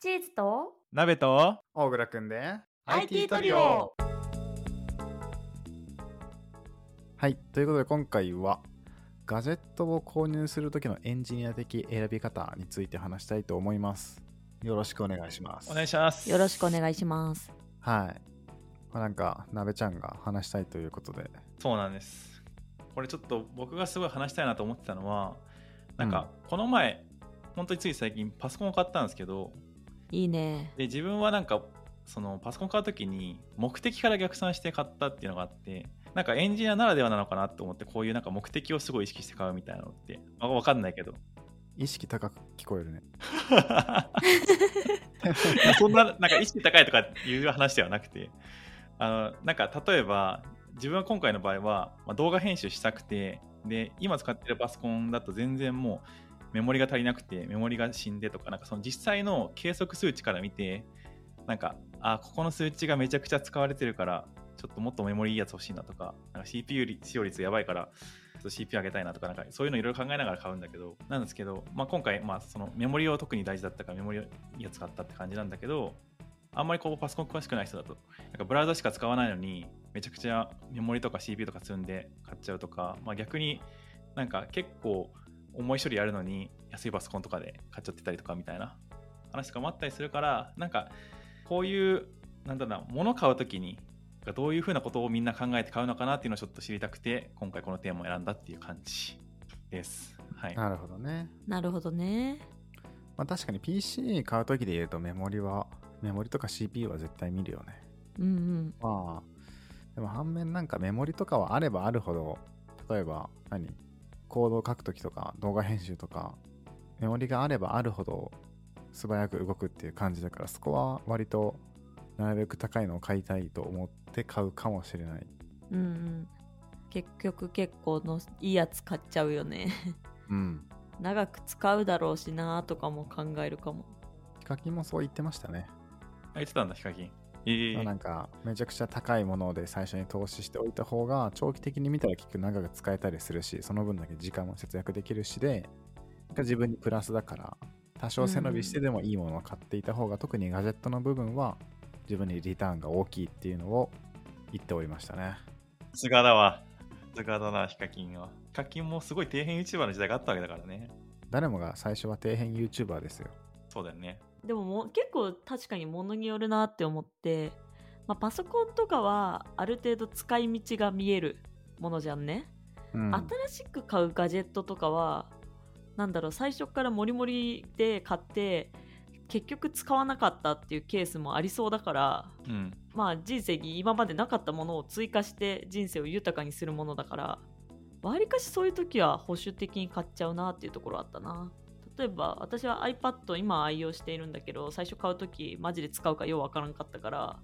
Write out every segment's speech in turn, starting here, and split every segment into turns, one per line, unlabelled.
チーズと
鍋と
大倉くんで
IT トリオ
はいということで今回はガジェットを購入する時のエンジニア的選び方について話したいと思いますよろしくお願いします
お願いします
よろしくお願いします。
はい、まあ、なんかなべちゃんが話したいということで
そうなんですこれちょっと僕がすごい話したいなと思ってたのはなんかこの前、本当につい最近パソコンを買ったんですけど
いいね。
で自分はなんかそのパソコン買う時に目的から逆算して買ったっていうのがあってなんかエンジニアならではなのかなと思ってこういうなんか目的をすごい意識して買うみたいなのってあわかんないけど
意識高く聞こ えるね
い やそんななんか意識高いとかいう話ではなくてあのなんか例えば自分は今回の場合は、まあ、動画編集したくてで今使ってるパソコンだと全然もうメモリが足りなくてメモリが死んでとかなんかその実際の計測数値から見てなんかあここの数値がめちゃくちゃ使われてるからちょっともっとメモリいいやつ欲しいなとかなんか CPU 率使用率やばいからちょっと CPU 上げたいなとかなんかそういうのいろいろ考えながら買うんだけどなんですけど、まあ、今回、まあ、そのメモリを特に大事だったからメモリをいやつ買ったって感じなんだけどあんまりこうパソコン詳しくない人だとなんかブラウザしか使わないのにめちゃくちゃメモリとか CPU とか積んで買っちゃうとか、まあ、逆になんか結構重い処理やるのに安いパソコンとかで買っちゃってたりとかみたいな話とかもあったりするからなんかこういうなんだろうな物買う時にどういうふうなことをみんな考えて買うのかなっていうのをちょっと知りたくて今回このテーマを選んだっていう感じです。はい、
なるほどね、
なるほどね。
まあ、確かに PC 買う時で言うとメモリはメモリとか CPU は絶対見るよね
うん
まあでも反面なんかメモリとかはあればあるほど例えば何コードを書くときとか動画編集とかメモリがあればあるほど素早く動くっていう感じだからそこは割となるべく高いのを買いたいと思って買うかもしれない
うん。うんうん。結局結構のいいやつ買っちゃうよね。
うん
長く使うだろうしなとかも考えるかも。
ヒカキンもそう言ってましたね、
あ言ってたんだヒカキン。ええ
まあなんかめちゃくちゃ高いもので最初に投資しておいた方が長期的に見たら結局長く使えたりするしその分だけ時間も節約できるしでなんか自分にプラスだから多少背伸びしてでもいいものを買っていた方が、特にガジェットの部分は自分にリターンが大きいっていうのを言っておりましたね
さすがだわ。さすがだなヒカキンは。ヒカキンもすごい底辺 YouTuber の時代があったわけだからね。
誰もが最初は底辺 YouTuber ですよ
そうだよね。
でももう結構確かに物によるなって思って、まあ、パソコンとかはある程度使い道が見えるものじゃんね。
うん
新しく買うガジェットとかはなんだろう最初からモリモリで買って結局使わなかったっていうケースもありそうだから
うん。
まあ人生に今までなかったものを追加して人生を豊かにするものだからわりかしそういう時は保守的に買っちゃうなっていうところあったな例えば私は iPad 今愛用しているんだけど最初買う時マジで使うかようわからんかったから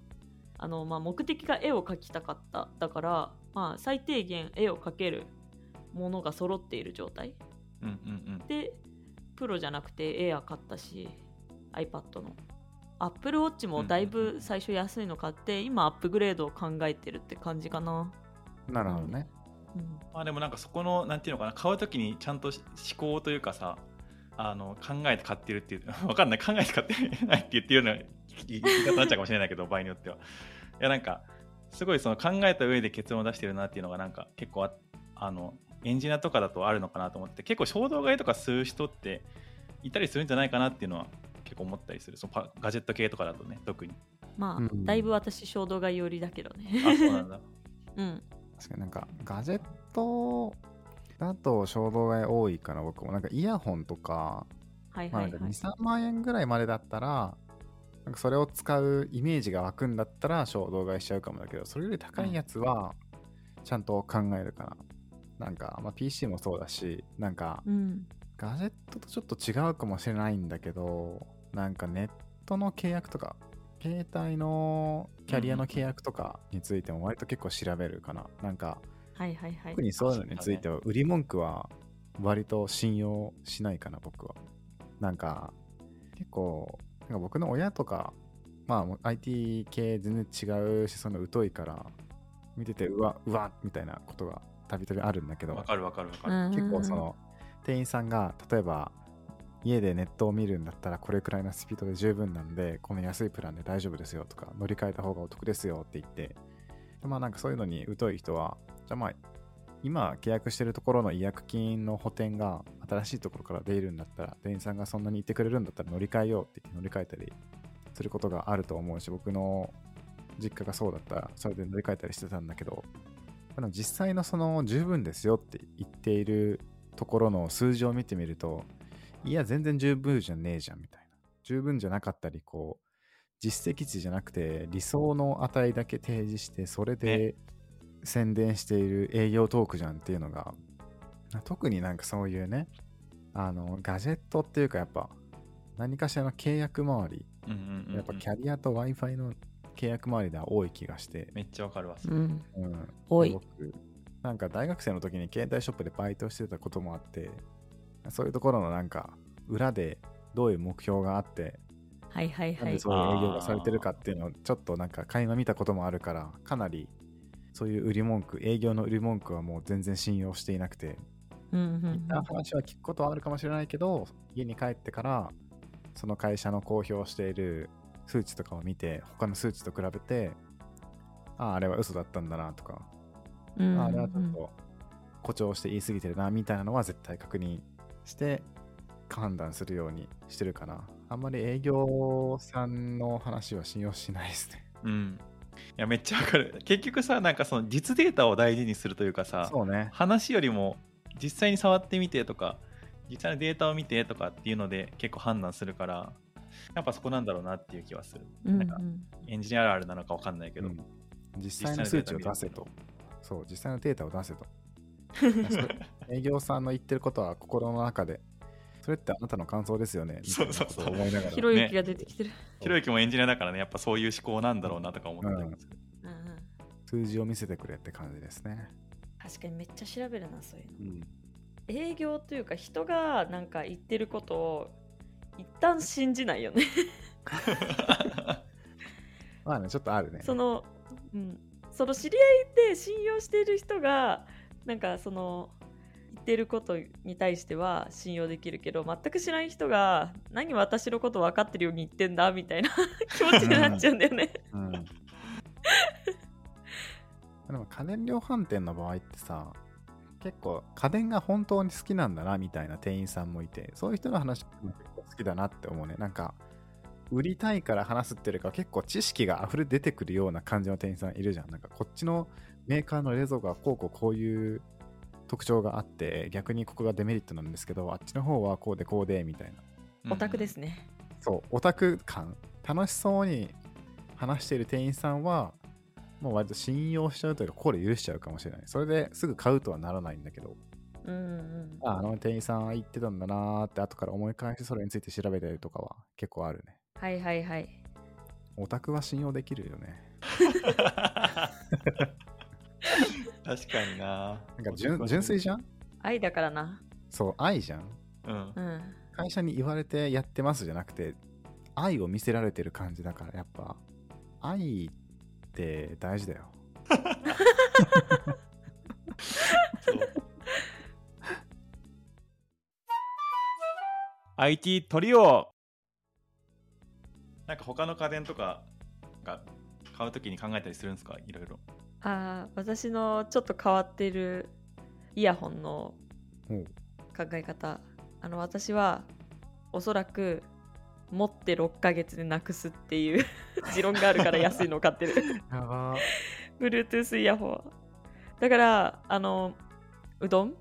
あの、まあ、目的が絵を描きたかっただから、まあ、最低限絵を描けるものが揃っている状態
うんうんうん。
でプロじゃなくて Air 買ったし iPad の Apple Watch もだいぶ最初安いの買って、今アップグレードを考えてるって感じかな、
なるほどね
うん、
まあでもなんかそこの、なんていうのかな、買うときにちゃんと思考というかさ、あの考えて買ってるっていう、 わかんない、考えて買ってないって言ってるような言い言い方になっちゃうかもしれないけど、場合によっては。いやなんか、すごいその考えた上で結論を出してるなっていうのが、なんか結構あ、あの、エンジニアとかだとあるのかなと思って、結構衝動買いとかする人っていたりするんじゃないかなっていうのは結構思ったりする、そのパガジェット系とかだとね、特に。
まあ、
うん
だいぶ私衝動買い寄りだけど
あ、そうな
ね
んだ。
うん
確かになんかガジェットだと衝動買い多いから僕もなんかイヤホンとか
はい
まあ
は
なん
い
か
はい、
23万円ぐらいまでだったらなんかそれを使うイメージが湧くんだったら衝動買いしちゃうかもだけどそれより高いやつはちゃんと考えるから、なんか、まあ、PC もそうだしなんか
うん
ガジェットとちょっと違うかもしれないんだけどなんかネットの契約とか携帯のキャリアの契約とかについても割と結構調べるかな、なんか
はいはいはい
特にそういうのについては売り文句は割と信用しないかな僕はなんか結構なんか僕の親とかまあもう IT 系全然違うしその疎いから見ててうわうわみたいなことがたびたびあるんだけど
わかるわかるわかる。
うん
結構その店員さんが例えば家でネットを見るんだったらこれくらいのスピードで十分なんで、この安いプランで大丈夫ですよとか、乗り換えた方がお得ですよって言って、でまあなんかそういうのに疎い人は、じゃあまあ、今契約してるところの違約金の補填が新しいところから出るんだったら、店員さんがそんなに言ってくれるんだったら乗り換えようって言って乗り換えたりすることがあると思うし、僕の実家がそうだったら、それで乗り換えたりしてたんだけど、でも実際のその十分ですよって言っているところの数字を見てみると、いや、全然十分じゃねえじゃんみたいな。十分じゃなかったり、こう、実績値じゃなくて、理想の値だけ提示して、それで宣伝している営業トークじゃんっていうのが、特になんかそういうね、あの、ガジェットっていうか、やっぱ、何かしらの契約周り、
うんうんうんうん
やっぱキャリアと Wi-Fi の契約周りでは多い気がして、
めっちゃわかるわ。
うん、
うん、
多い
僕なんか大学生の時に携帯ショップでバイトしてたこともあってそういうところのなんか裏でどういう目標があって
はいはいは
なん
い
でそういう営業がされてるかっていうのをちょっとなんか垣間見たこともあるからかなりそういう売り文句営業の売り文句はもう全然信用していなくて
うんうんうん
一旦話は聞くことはあるかもしれないけど家に帰ってからその会社の公表している数値とかを見て他の数値と比べてあああれは嘘だったんだなとか
うんうん
ああれはちょっと誇張して言い過ぎてるなみたいなのは絶対確認して判断するようにしてるかな。あんまり営業さんの話は信用しないですね。
うん。いや、めっちゃわかる。結局さ、なんかその実データを大事にするというかさ、
そうね。
話よりも実際に触ってみてとか、実際のデータを見てとかっていうので結構判断するから、やっぱそこなんだろうなっていう気はする。
うんう
なんんかエンジニアあるあるなのかわかんないけど、
うん実際の数値を出せと。そう、実際のデータを出せと。 営業さんの言ってることは心の中で、それってあなたの感想ですよね。みたいなことを思いながら。
ひろゆきが出てきてる、
ひろゆきもエンジニアだからね、やっぱそういう思考なんだろうなとか思ったりする。。
うんうん
数字を見せてくれって感じですね。
確かにめっちゃ調べるなそういうの営業というか人がなんか言ってることを一旦信じないよね
まあね、ちょっとあるね。
その、うん、その知り合いで信用している人がなんかその言ってることに対しては信用できるけど全く知らん人が何私のこと分かってるように言ってんだみたいな 気持ちになっちゃうんだよね。
うん、 でも家電量販店の場合ってさ結構家電が本当に好きなんだなみたいな店員さんもいてそういう人の話も結構好きだなって思うねなんか売りたいから話すっていうよりかは結構知識が溢れ出てくるような感じの店員さんいるじゃんなんかこっちのメーカーの冷蔵庫はこうこうこういう特徴があって逆にここがデメリットなんですけどあっちの方はこうでこうでみたいな
オタクですすね。
そう、オタク感、楽しそうに話している店員さんは、もう割と信用しちゃうというか、心許しちゃうかもしれない。それですぐ買うとはならないんだけど、
うんうん。
ああの店員さんは言ってたんだなーって、後から思い返してそれについて調べたりとかは結構あるね。
はいはいはい。
オタクは信用できるよね。
確かにな。
なんか純純粋じゃん
愛だからな。
そう、愛じゃん。
うん
う。ん。
会社に言われてやってますじゃなくて、愛を見せられてる感じだから、やっぱ、愛って大事だよ。
そう。IT トリオなんか他の家電とかが買うときに考えたりするんですかいろいろ。
あー私のちょっと変わってるイヤホンの
うん
考え方あの私はおそらく持って6ヶ月でなくすっていう 持論があるから安いのを買ってる
やば
Bluetooth イヤホンはだからあのうどん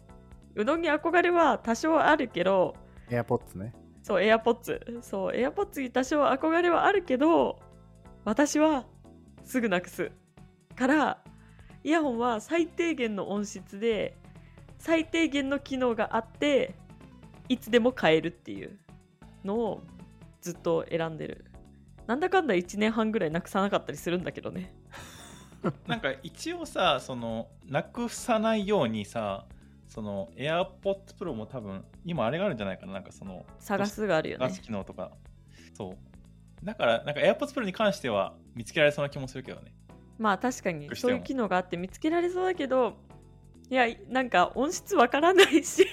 うどんに憧れは多少あるけど
エアポッツね。
そう AirPods そう AirPods に多少憧れはあるけど私はすぐなくすからイヤホンは最低限の音質で最低限の機能があっていつでも買えるっていうのをずっと選んでるなんだかんだ1年半ぐらいなくさなかったりするんだけどね
なんか一応さ、その、なくさないようにさ、その AirPods Pro も多分今あれがあるんじゃないかななんかその
探すがあるよ
ガ
ね
ス機能とかそうだからなんか AirPods Pro に関しては見つけられそうな気もするけどね
まあ確かに
どうして
そ
も
ういう機能があって見つけられそうだけどいやなんか音質わからないし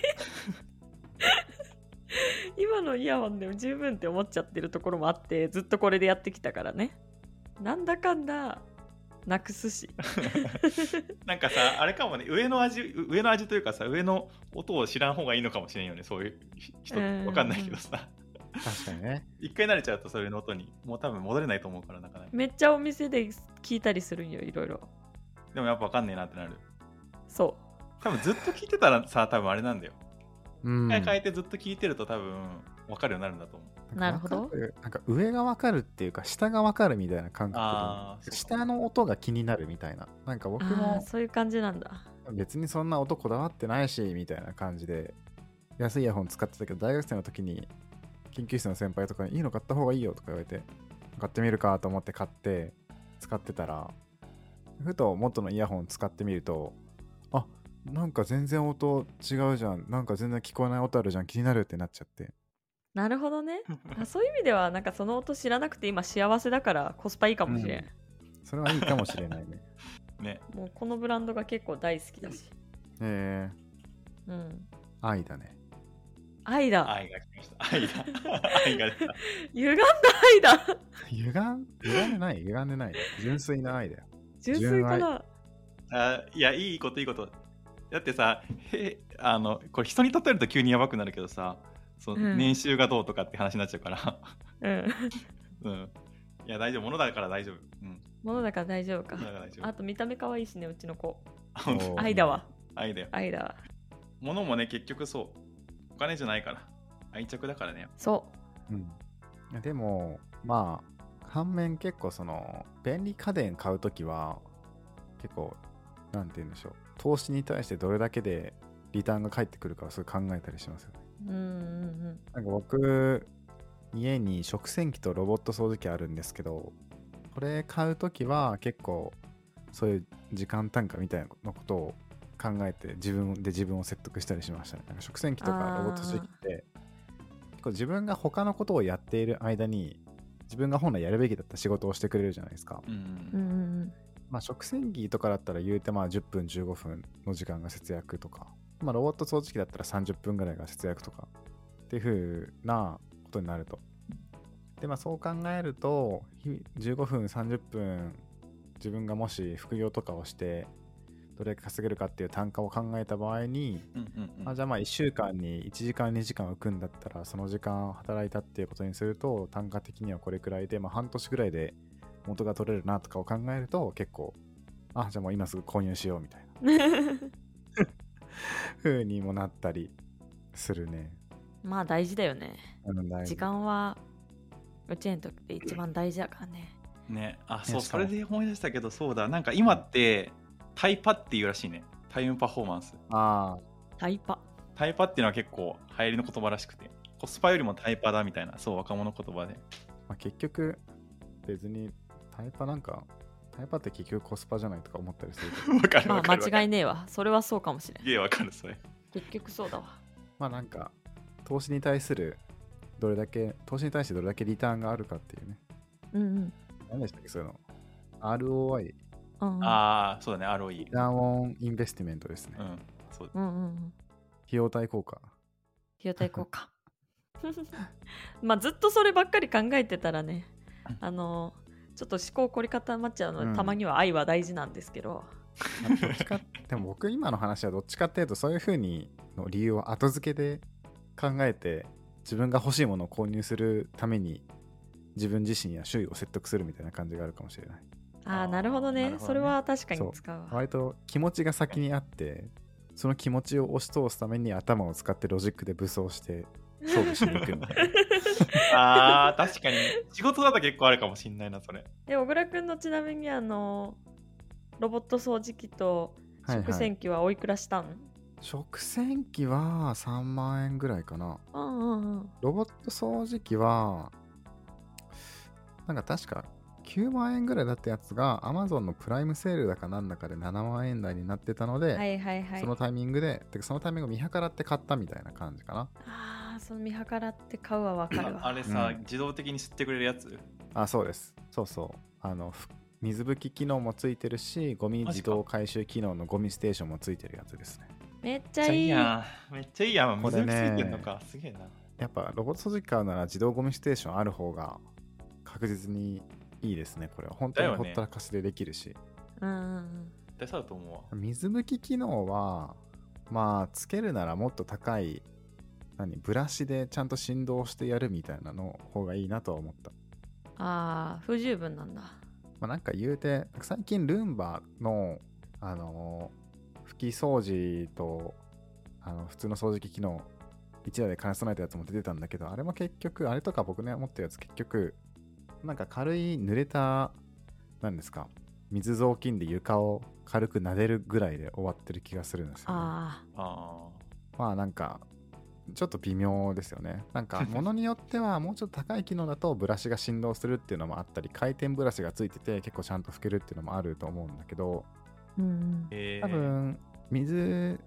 今のイヤホンでも十分って思っちゃってるところもあってずっとこれでやってきたからねなんだかんだなくすし
なんかさ、あれかもね、上の味、上の味というかさ、上の音を知らん方がいいのかもしれんよね、そういう人、
うん
わかんないけどさ。
確かにね。
一回慣れちゃうと、それの音に、もう多分戻れないと思うから、なかなか。
めっちゃお店で聞いたりするんよいろいろ
でもやっぱわかんねえなってなる。
そ
多分ずっと聞いてたらさ、多分あれなんだよ。
うん。
一回変えてずっと聞いてると、多分わかるようになるんだと思う。
なるほど
わかるなんか上がわかるっていうか、下がわかるみたいな感覚
ああ、
で。下の音が気になるみたいな。なんか
う
僕
あー
も
そういう感じなんだ
別にそんな音こだわってないし、みたいな感じで、安いイヤホン使ってたけど、大学生の時に、研究室の先輩とかに、いいの買った方がいいよとか言われて、買ってみるかと思って買って、使ってたら、ふと元のイヤホン使ってみると、あなんか全然音違うじゃん。なんか全然聞こえない音あるじゃん。気になるってなっちゃって。
なるほどねあそういう意味ではなんかその音知らなくて今幸せだからコスパいいかもしれん、
それはいいかもしれないね。
ね。
もうこのブランドが結構大好きだし
え
うん
ー、愛だね。
愛だ
愛が来ました。愛が。愛が出た。
歪んだ愛だ
歪ん歪んでない歪んでない 純粋な愛だよ。
純粋かな
あいや、いいこと、いいこと。だってさ、へあのこれ人に例えると急にやばくなるけどさ、そう
うん
年収がどうとかって話になっちゃうから。
うん
うん。いや、大丈夫。物だから大丈夫。うん。
ものだから大丈夫か
物だから大丈
あと見た目可愛いしねうちの子
夫。
おう
愛だわ
愛だよ。
愛だわ
物もね、結局そう。お金じゃないから。愛着だからね。
そ
うん、でもまあ反面結構その便利家電買うときは結構なんて言うんでしょう投資に対してどれだけでリターンが返ってくるかをすごい考えたりしますよね。
ううんうん
なんか僕家に食洗機とロボット掃除機あるんですけどこれ買うときは結構そういう時間単価みたいなことを考えて自分で自分を説得したりしましたねなんか食洗機とか
あー
ロボット掃除機って結構自分が他のことをやっている間に自分が本来やるべきだった仕事をしてくれるじゃないですか、
うん。
うんうんうんうん
まあ、食洗機とかだったら言うてまあ10分15分の時間が節約とか、まあ、ロボット掃除機だったら30分ぐらいが節約とかっていう風なことになると。でまあそう考えると日々15分30分自分がもし副業とかをしてどれだけ稼げるかっていう単価を考えた場合に、
うんうんうん
あじゃあまあ1週間に1時間2時間浮くんだったらその時間働いたっていうことにすると単価的にはこれくらいで、まあ、半年くらいで元が取れるなとかを考えると結構あじゃあもう今すぐ購入しようみたいな 風にもなったりするね。
まあ大事だよね
うんだいぶ
時間は幼稚園の時って一番大事だからね
ね。あ、そう、
し
そ
かも
れで思い出したけど、そうだ。なんか今って、タイパっていうらしいね。タイムパフォーマンス。
あ
タイパ
タイパっていうのは結構流行りの言葉らしくて。コスパよりもタイパだみたいな、そう、若者言 葉で。
ー、まあ、結局別にタイパなんかタイパって結局コスパじゃないとか思ったりするけど
わかる
ま
わ
あ
かる。
間違い
い。
ねえわそれはそうかもしれん
すげえわかる、それ。
結局そうだわ
まあなんか投資に対するどれだけ投資に対してどれだけリターンがあるかっていうね
うんうん
何でしたっけそういうの ROI
うんうん
ああ、そうだね、ROE
リ。ターンオンインベスティメントですね、
う
費
ん。そう
うんうんうん
用対効果
費用対効果まあずっとそればっかり考えてたらねあのちょっと思考凝り固まっちゃうので、
うん
たまには愛は大事なんですけど
まあどっち かでも僕今の話はどっちかっていうとそういうふうにの理由を後付けで考えて自分が欲しいものを購入するために自分自身や周囲を説得するみたいな感じがあるかもしれない
あ
あ
あ
ー
なるほどね
なるほどね
それは確かに使うわ
割と気持ちが先にあってその気持ちを押し通すために頭を使ってロジックで武装して勝負しに行くみたい な
あー確かに仕事だと結構あるかもしんないなそれ
で小倉くんのちなみにあのロボット掃除機と
はいはい
食洗機はおいくらしたん、
食洗機は3万円ぐらいかな
うんうんうん
ロボット掃除機はなんか確か9万円ぐらいだったやつが Amazon のプライムセールだかなんだかで7万円台になってたので、
はいはいはい
そのタイミングでてかそのタイミングを見計らって買ったみたいな感じかな
ああその見計らって買うはわかる
あ
わ
あれさ、
うん
自動的に吸ってくれるやつ
あそうですそうそうあのふ水拭き機能もついてるしゴミ
マジ
自
か
動回収機能のゴミステーションもついてるやつですね
めっちゃいい
めっちゃいいやんめっちゃいいやん
こ
水
れ
につ
ね
いてんのかすげえな
やっぱロボット掃除機買うなら自動ゴミステーションある方が確実にいいですね、これは。本当
だ
に
よ
ほ
ね
ったらかしでできるし。
うんうん
絶対そうだと思うわ。
水拭き機能は、まあ、つけるならもっと高い、何、ブラシでちゃんと振動してやるみたいなの方がいいなとは思った。
うんああ不十分なんだ
まあ、なんか言うて、最近ルンバの、あのー拭き掃除と、あの、普通の掃除機機能、一台で兼ね備えたやつも出てたんだけど、あれも結局、あれとか僕ね、持ってるやつ結局、なんか軽い濡れた、なんですか、水雑巾で床を軽く撫でるぐらいで終わってる気がするんですよ、ね。
あ
あ
まあなんか、ちょっと微妙ですよね。な んか、ものによっては、もうちょっと高い機能だと、ブラシが振動するっていうのもあったり、回転ブラシがついてて、結構ちゃんと拭けるっていうのもあると思うんだけど、
あうん
ーえ
多
ー、
分、水拭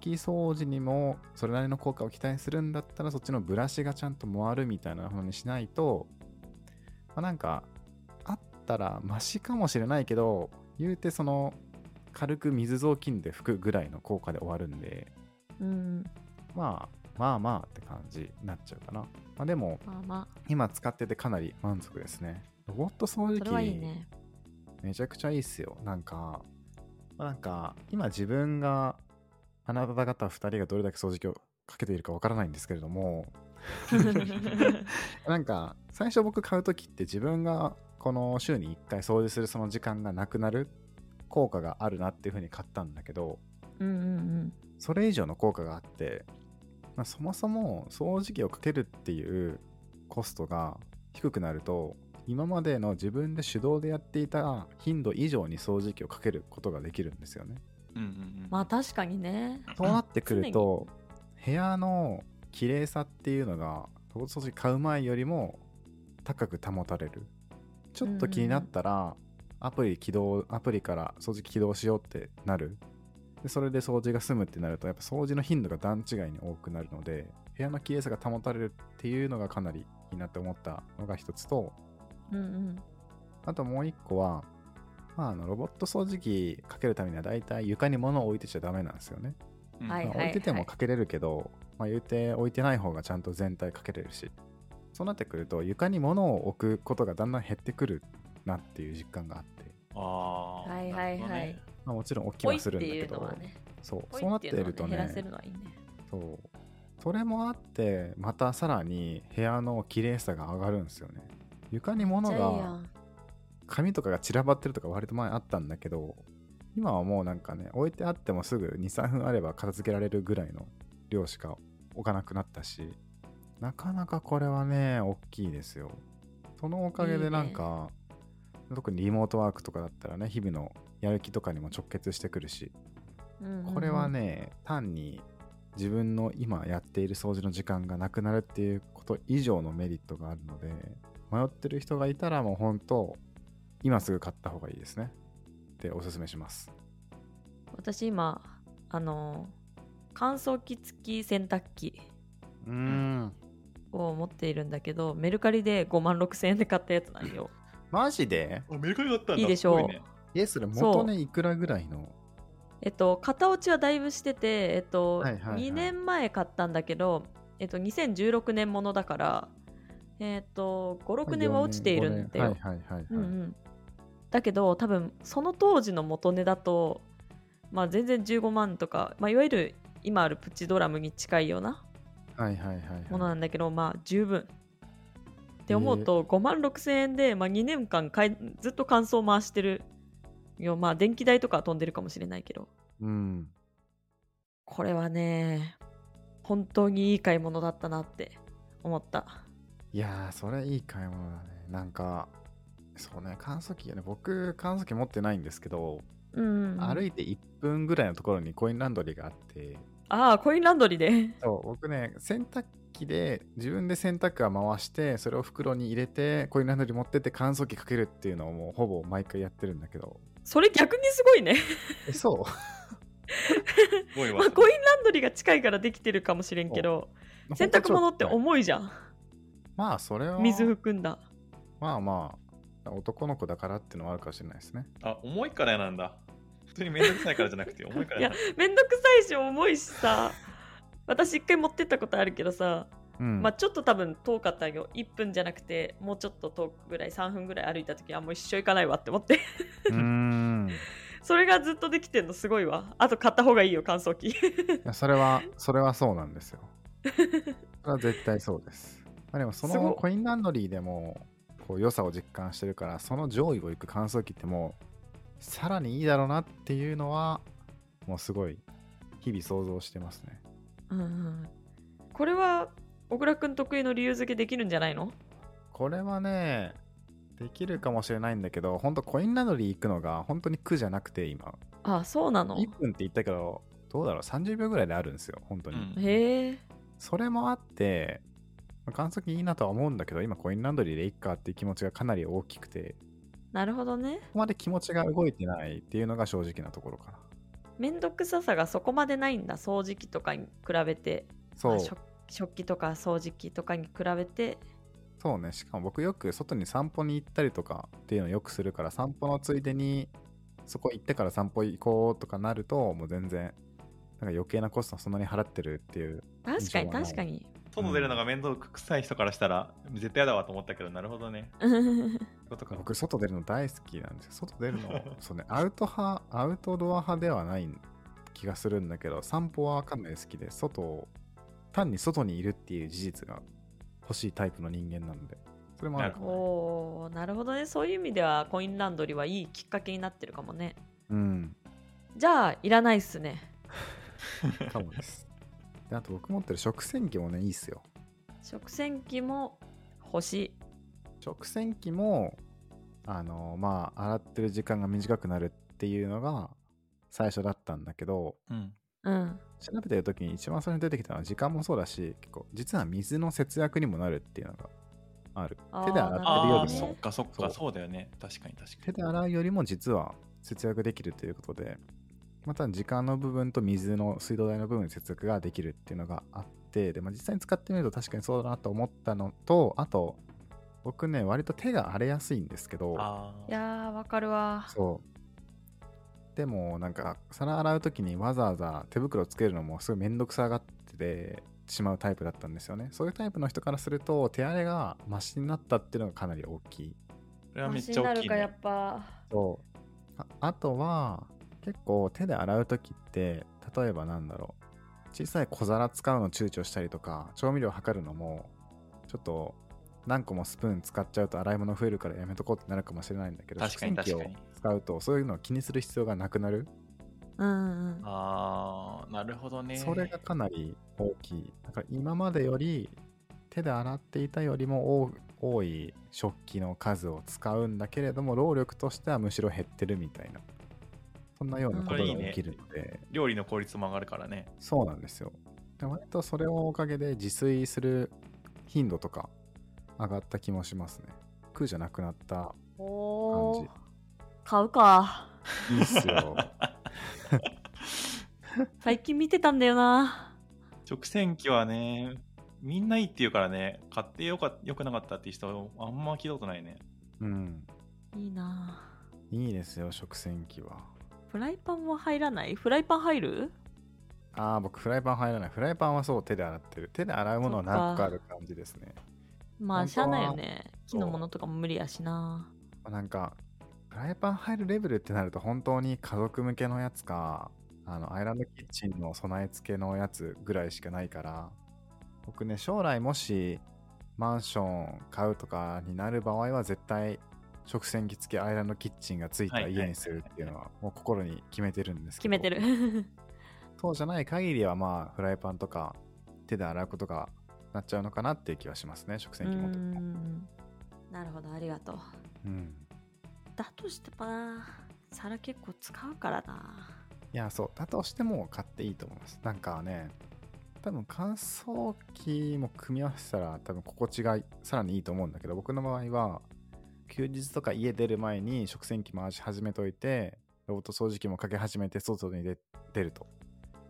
き掃除にも、それなりの効果を期待するんだったら、そっちのブラシがちゃんと回るみたいな風にしないと、まあ、なんか、あったら、マシかもしれないけど、言うて、その、軽く水雑巾で拭くぐらいの効果で終わるんで、
うんうん
まあ、まあまあって感じになっちゃうかな。まあ、でも、
まあま
今使っててかなり満足ですね。ロボット掃
あ
除
それはいい
機、
ね
めちゃくちゃいいっすよ。なんか、まあなんか、今自分が、あなた方2人がどれだけ掃除機をかけているかわからないんですけれども、なんか、最初僕買うときって自分がこの週に1回掃除するその時間がなくなる効果があるなっていう風に買ったんだけど、
うんうん
それ以上の効果があって、まあ、そもそも掃除機をかけるっていうコストが低くなると今までの自分で手動でやっていた頻度以上に掃除機をかけることができるんですよね。
うんうんうん
まあ確かにね
となってくると部屋の綺麗さっていうのがロボット掃除機買う前よりも高く保たれるちょっと気になったらアプリ起動アプリから掃除機起動しようってなるでそれで掃除が済むってなるとやっぱ掃除の頻度が段違いに多くなるので部屋の綺麗さが保たれるっていうのがかなりいいなって思ったのが一つと
うんうん
あともう一個は、まあ、あのロボット掃除機かけるためには大体床に物を置いてちゃダメなんですよね
うん
はい
まあ置いててもかけれるけど、まあ、言うて置いてない方がちゃんと全体かけれるしそうなってくると床に物を置くことがだんだん減ってくるなっていう実感があって、
あー
はいはいはい
なる
まあ、もちろん置き
ポイ
は
っ
す
て
るんだ
い
け
うの
ど
はね
そう
ポイ
そうな
っ
ってて
いうの
ると
はね減らせ
ね
るのはいいね
そうそれもあってまたさらに部屋の綺麗さが上がるんですよね床に物
じゃあいいや
が
ん
紙とかが散らばってるとか割と前あったんだけど今はもうなんかね置いてあってもすぐ23分あれば片付けられるぐらいの量しか置かなくなったしなかなかこれはね大きいですよそのおかげでなんか特にリモートワークとかだったらね日々のやる気とかにも直結してくるし
うんうんうん
これはね単に自分の今やっている掃除の時間がなくなるっていうこと以上のメリットがあるので迷ってる人がいたらもう本当今すぐ買った方がいいですねっておすすめします
私今あの乾燥機付き洗濯機
うーん
を持っているんだけどメルカリで5万6000円で買ったやつなん よ
マジで
ほどねあメルカリだったんだ
いいでしょう
すごね
えそれ
そ
元
う
ねいくらぐらいの
えっと型落ちはだいぶしててえっと、
はいはいはい
2年前買ったんだけどえっと2016年ものだからえっと56年は落ちているんだよ、
はいはいはいはい、
うんうん、だけど多分その当時の元値だと、まあ、全然15万とか、まあ、いわゆる今あるプチドラムに近いような
はいはいはいはい
ものなんだけど、まあ十分って思うと5万6千円で、まあ、2年間かいずっと乾燥回してるよまあ電気代とかは飛んでるかもしれないけど
うん
これはね本当にいい買い物だったなって思った
いやーそれいい買い物だねなんかそうね乾燥機よね僕乾燥機持ってないんですけど
うん
歩いて1分ぐらいのところにコインランドリーがあって
ああコインランドリーで
そう僕ね洗濯機で自分で洗濯は回してそれを袋に入れてコインランドリー持ってって乾燥機かけるっていうのをもうほぼ毎回やってるんだけど
それ逆にすごいね
えそう
すごい わ
まあ、コインランドリーが近いからできてるかもしれんけど洗濯物って
う
重いじゃん
まあそれは
水含んだ
まあまあ男の子だからっていうのはあるかもしれないですね
あ重いからなんだ普通にめんどくさいからじゃなくて重いからなんだ
めんどくさいし重いしさ私一回持ってったことあるけどさ
うん
まあ、ちょっと多分遠かったよ1分じゃなくてもうちょっと遠くぐらい3分ぐらい歩いた時あもう一生行かないわって思って
うーん
それがずっとできてんのすごいわあと買った方がいいよ乾燥機
いやそれはそれはそうなんですよそれは絶対そうです、まあ、でもそ
すご
のコインランドリーでもこう良さを実感してるからその上位をいく乾燥機ってもうさらにいいだろうなっていうのはもうすごい日々想像してますね
うんうんこれは小倉くん得意の理由付けできるんじゃないの
これはねできるかもしれないんだけど本当コインランドリー行くのが本当に苦じゃなくて今
あそうなの
1分って言ったけどどうだろう30秒ぐらいであるんですよ本当に、
うん
へえ
それもあって、まあ、観測いいなとは思うんだけど、今コインランドリーでいっかっていう気持ちがかなり大きくて、
なるほどね
ここまで気持ちが動いてないっていうのが正直なところかな。
めんどくささがそこまでないんだ掃除機とかに比べて
そ
ま
う
あ、食食器とか掃除機とかに比べて
そうね。しかも僕よく外に散歩に行ったりとかっていうのをよくするから、散歩のついでに、そこ行ってから散歩行こうとかなると、もう全然、なんか余計なコストはそんなに払ってるっていう。
確かに
印象はない
確かに
外出るのが面倒くさい人からしたら、絶対やだわと思ったけど、なるほどね。そういうことか。
僕、外出るの大好きなんですよ。外出る の、そうね、アウト派、アウトドア派ではない気がするんだけど、散歩はかなり好きで、外を、単に外にいるっていう事実が欲しいタイプの人間なので、それもあるかも。
おーなるほどねそういう意味ではコインランドリーはいいきっかけになってるかもね
うん、
じゃあいらないっすね
かもです。であと僕持ってる食洗機もね、いいっすよ。
食洗機も欲しい
食洗機も、あの、まあ、洗ってる時間が短くなるっていうのが最初だったんだけど、
うん。
うん
調べてる時に一番最初に出てきたのは時間もそうだし結構実は水の節約にもなるっていうのがある
あー
手で洗ってる
あ
よ
あ、
り
なるほど
そっ
も
ね
かそっ
そ
か、
う
そうだよね。確かに確か
手
に。
で洗うよりも実は節約できるということでまた時間の部分と水の水道代の部分の節約ができるっていうのがあってで、まあ、実際に使ってみると確かにそうだなと思ったのとあと僕ね割と手が荒れやすいんですけど
あ
い
あ。
やーわかるわ
そう。でも、なんか、皿洗うときにわざわざ手袋つけるのもすごいめんどくさがっててしまうタイプだったんですよね。そういうタイプの人からすると、手荒れがマシになったっていうのがかなり大きい。
これはめっ
マシ
ちゃ
にな
大き
る
い、
かや
ね
っ。ぱ
そう。ああとは、結構手で洗うときって、例えばなんだろう。小さい小皿使うの躊躇したりとか、調味料測るのも、ちょっと、何個もスプーン使っちゃうと洗い物増えるからやめとこうってなるかもしれないんだけど、
確かに
食洗機を
確かに
使うとそういうのを気にする必要がなくなる。
うんうん
ああ、なるほどね。
それがかなり大きい。だから今までより手で洗っていたよりも多多い食器の数を使うんだけれども、労力としてはむしろ減ってるみたいな。そんなようなことが
うんこれいいね
起きるので、
料理の効率も上がるからね。
そうなんですよ。で割とそれをおかげで自炊する頻度とか上がった気もしますね。苦じゃなくなった
おー
感じ
買うか
いいっ すよ。
最近見てたんだよな
直線機はね、みんないいって言うからね、買ってよかよくなかったっていう人、あんま聞いたことないね。
うん。
いいない
いですよ、食洗機は。
フライパンも入らないフライパン入る
ああ、僕フライパン入らない。フライパンはそう手で洗ってる。手で洗うものは何個かある感じですね。
まあ
本
し
当
ゃ
は
あないよね木
そう
のものとかも無理やしな
なんか、フライパン入るレベルってなると本当に家族向けのやつか、あの、アイランドキッチンの備え付けのやつぐらいしかないから、僕ね、将来もしマンション買うとかになる場合は絶対食洗機付きアイランドキッチンが付いた
はい
家にするっていうのはもう心に決めてるんですけ
決めて
ど。
る
そうじゃない限りはまあフライパンとか手で洗うことがなっちゃうのかなっていう気はしますね食
う
洗
ー
機も。
んなるほどありがとう
うん、
だとしてもな皿結構使うからない
やそうだとしても買っていいと思います。なんかね多分乾燥機も組み合わせたら多分心地がさらにいいと思うんだけど僕の場合は休日とか家出る前に食洗機回し始めといてロボット掃除機もかけ始めて外に出出ると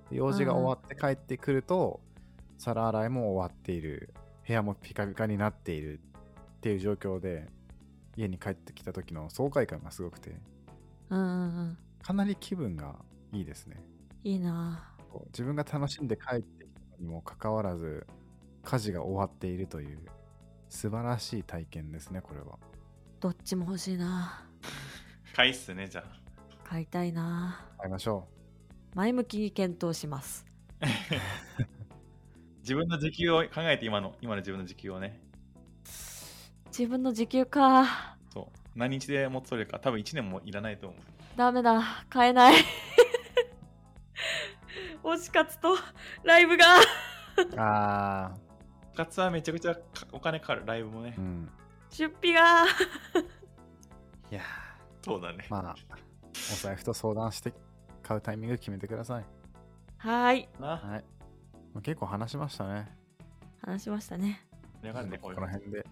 で用事が終わって帰ってくると、皿洗いも終わっている部屋もピカピカになっているっていう状況で家に帰ってきた時の爽快感がすごくて
うんうんうん
かなり気分がいいですね
いいな
こう自分が楽しんで帰ってきたにもかかわらず家事が終わっているという素晴らしい体験ですねこれは
どっちも欲しいな
買いっすね、じゃあ。
買いたいな
会いましょ
前向きに検討します
自分の時給を考えて、今の、今の自分の時給をね。
自分の時給か
そう。何日で持つれるか、多分1年もいらないと思う。
ダメだ買えない 推し活とライブが
うああ
部活はめちゃくちゃかお金かかる、ライブもね
う。ん
出費が
いや
そうだね。
ーまあお財布と相談して買うタイミング決めてください
はーい
な。
はいまあ結構話しましたね
話しましたね
やがるね、こう
こ
いう
の辺で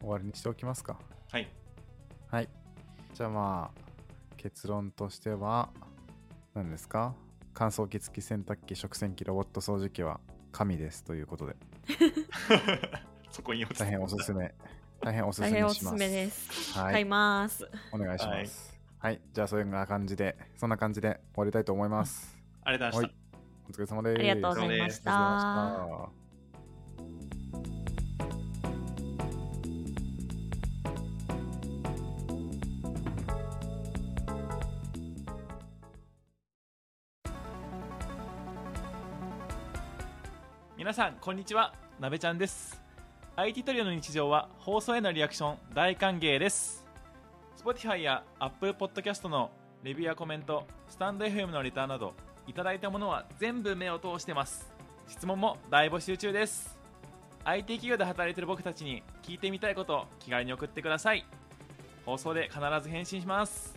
終わりにしておきますか
はい。
はい。じゃあまあ、結論としては、何ですか乾燥機付き洗濯機、食洗機、ロボット掃除機は神ですということで、
そこに落ち着いた
大変おすすめ、大変おすす
大
めし
変
ま
お
す。
すすめです
はい、
買います
お願いします。はい、じゃあそういうような感じで、そんな感じで終わりたいと思います。
ありがとうございました。
お疲れ様で
あ
す。
りがとうござ
す
いまし
ありがとうご
た
ざいました。
皆さんこんにちはなべちゃんです IT トリオの日常は放送へのリアクション大歓迎です Spotify や Apple Podcast のレビューやコメントスタンド FM のレターなどいただいたものは全部目を通してます質問も大募集中です IT 企業で働いている僕たちに聞いてみたいことを気軽に送ってください放送で必ず返信します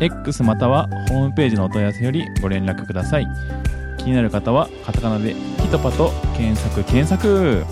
X またはホームページのお問い合わせよりご連絡ください気になる方はカタカナで「ピトパ」と検索検索